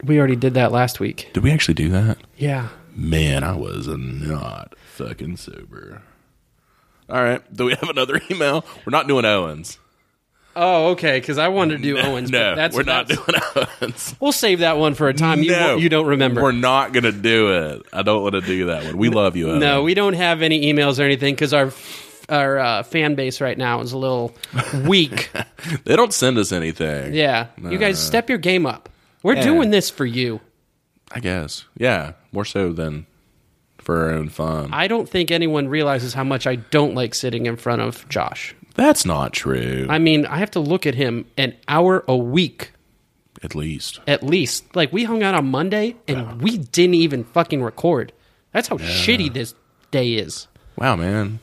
We already did that last week.
did we actually do that?
Yeah.
Man, I was not fucking sober. All right. Do we have another email? We're not doing Owens.
Oh, okay. Because I wanted to do Owens.
No,
but that's,
we're not
that's-
doing Owens.
We'll save that one for a time. You
no,
won't- you don't remember.
We're not gonna do it. I don't want to do that one. We love you. Owen.
no, we don't have any emails or anything because our our uh, fan base right now is a little weak.
they don't send us anything.
yeah. You guys step your game up. We're
Yeah.
doing this for you.
I guess. Yeah, more so than for our own fun.
I don't think anyone realizes how much I don't like sitting in front of Josh.
That's not true.
I mean, I have to look at him an hour a week
At least.
at least. Like we hung out on Monday and we didn't even fucking record. That's how shitty this day is.
Wow, man.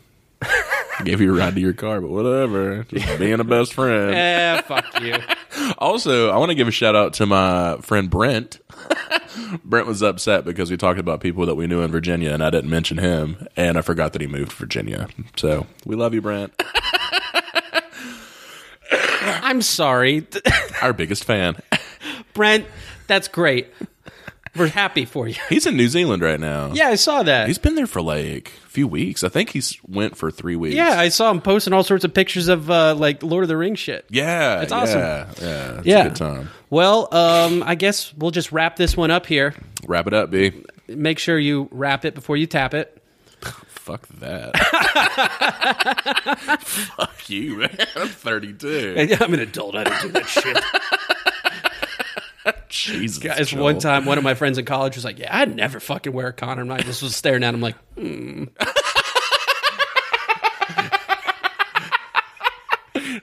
Gave you a ride to your car, but whatever. Just being a best friend.
Eh, fuck you.
Also, I want to give a shout out to my friend Brent. Brent was upset because we talked about people that we knew in Virginia, and I didn't mention him, and I forgot that he moved to Virginia. So we love you, Brent.
I'm sorry,
Our biggest fan.
Brent. That's great. We're happy for you.
He's in New Zealand right now.
Yeah, I saw that.
He's been there for like a few weeks. I think he's went for three weeks.
yeah, I saw him posting all sorts of pictures of uh, like Lord of the Rings shit.
Yeah.
It's awesome.
Yeah. yeah it's
Yeah.
a good time.
Well, um, I guess we'll just wrap this one up here.
Wrap it up, B.
Make sure you wrap it before you tap it.
Fuck that. Fuck you, man. I'm 32.
I'm an adult. I don't do that shit.
Jesus.
Guys,
Joel.
one time, one of my friends in college was like, "Yeah, I'd never fucking wear a condom." And I just was staring at him like,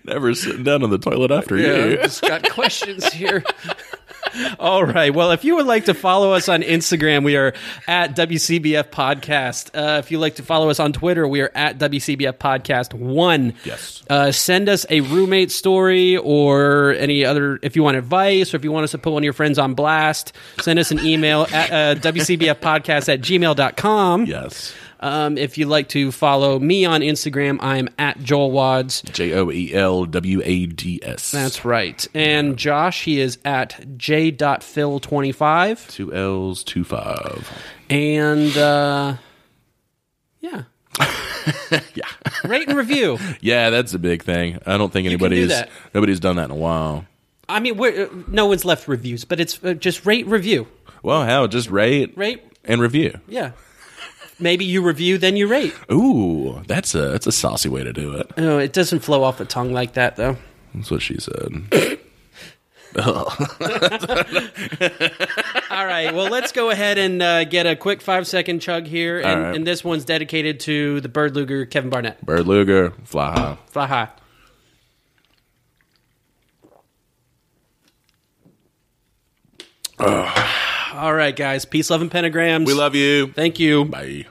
Never sitting down on the toilet after
Yeah,
you.
just got questions here. All right. Well, if you would like to follow us on Instagram, we are at WCBF Podcast. Uh, if you'd like to follow us on Twitter, we are at WCBF Podcast One.
Yes.
Uh, send us a roommate story or any other, if you want advice or if you want us to put one of your friends on blast, send us an email at uh, WCBFpodcast at gmail.com.
Yes.
Um, if you'd like to follow me on Instagram, I'm at Joel Wads.
J O E L W A D S.
That's right. And Josh, he is at j.phil25.
two L's, two five.
And uh, yeah.
Yeah.
Rate and review.
Yeah, that's a big thing. I don't think
do
anybody's
that.
nobody's done that in a while.
I mean, we're, uh, no one's left reviews, but it's uh, just rate review.
Well, hell, just rate,
Rate,
and review.
yeah. Maybe you review, then you rate.
Ooh, that's a that's a saucy way to do it.
No, it doesn't flow off the tongue like that, though.
That's what she said.
All right. Well, let's go ahead and uh, get a quick five second chug here. And,
right.
and this one's dedicated to the Bird Luger, Kevin Barnett.
Bird Luger, fly high.
Fly high. All right, guys. Peace, love, and pentagrams.
We love you.
Thank you.
Bye.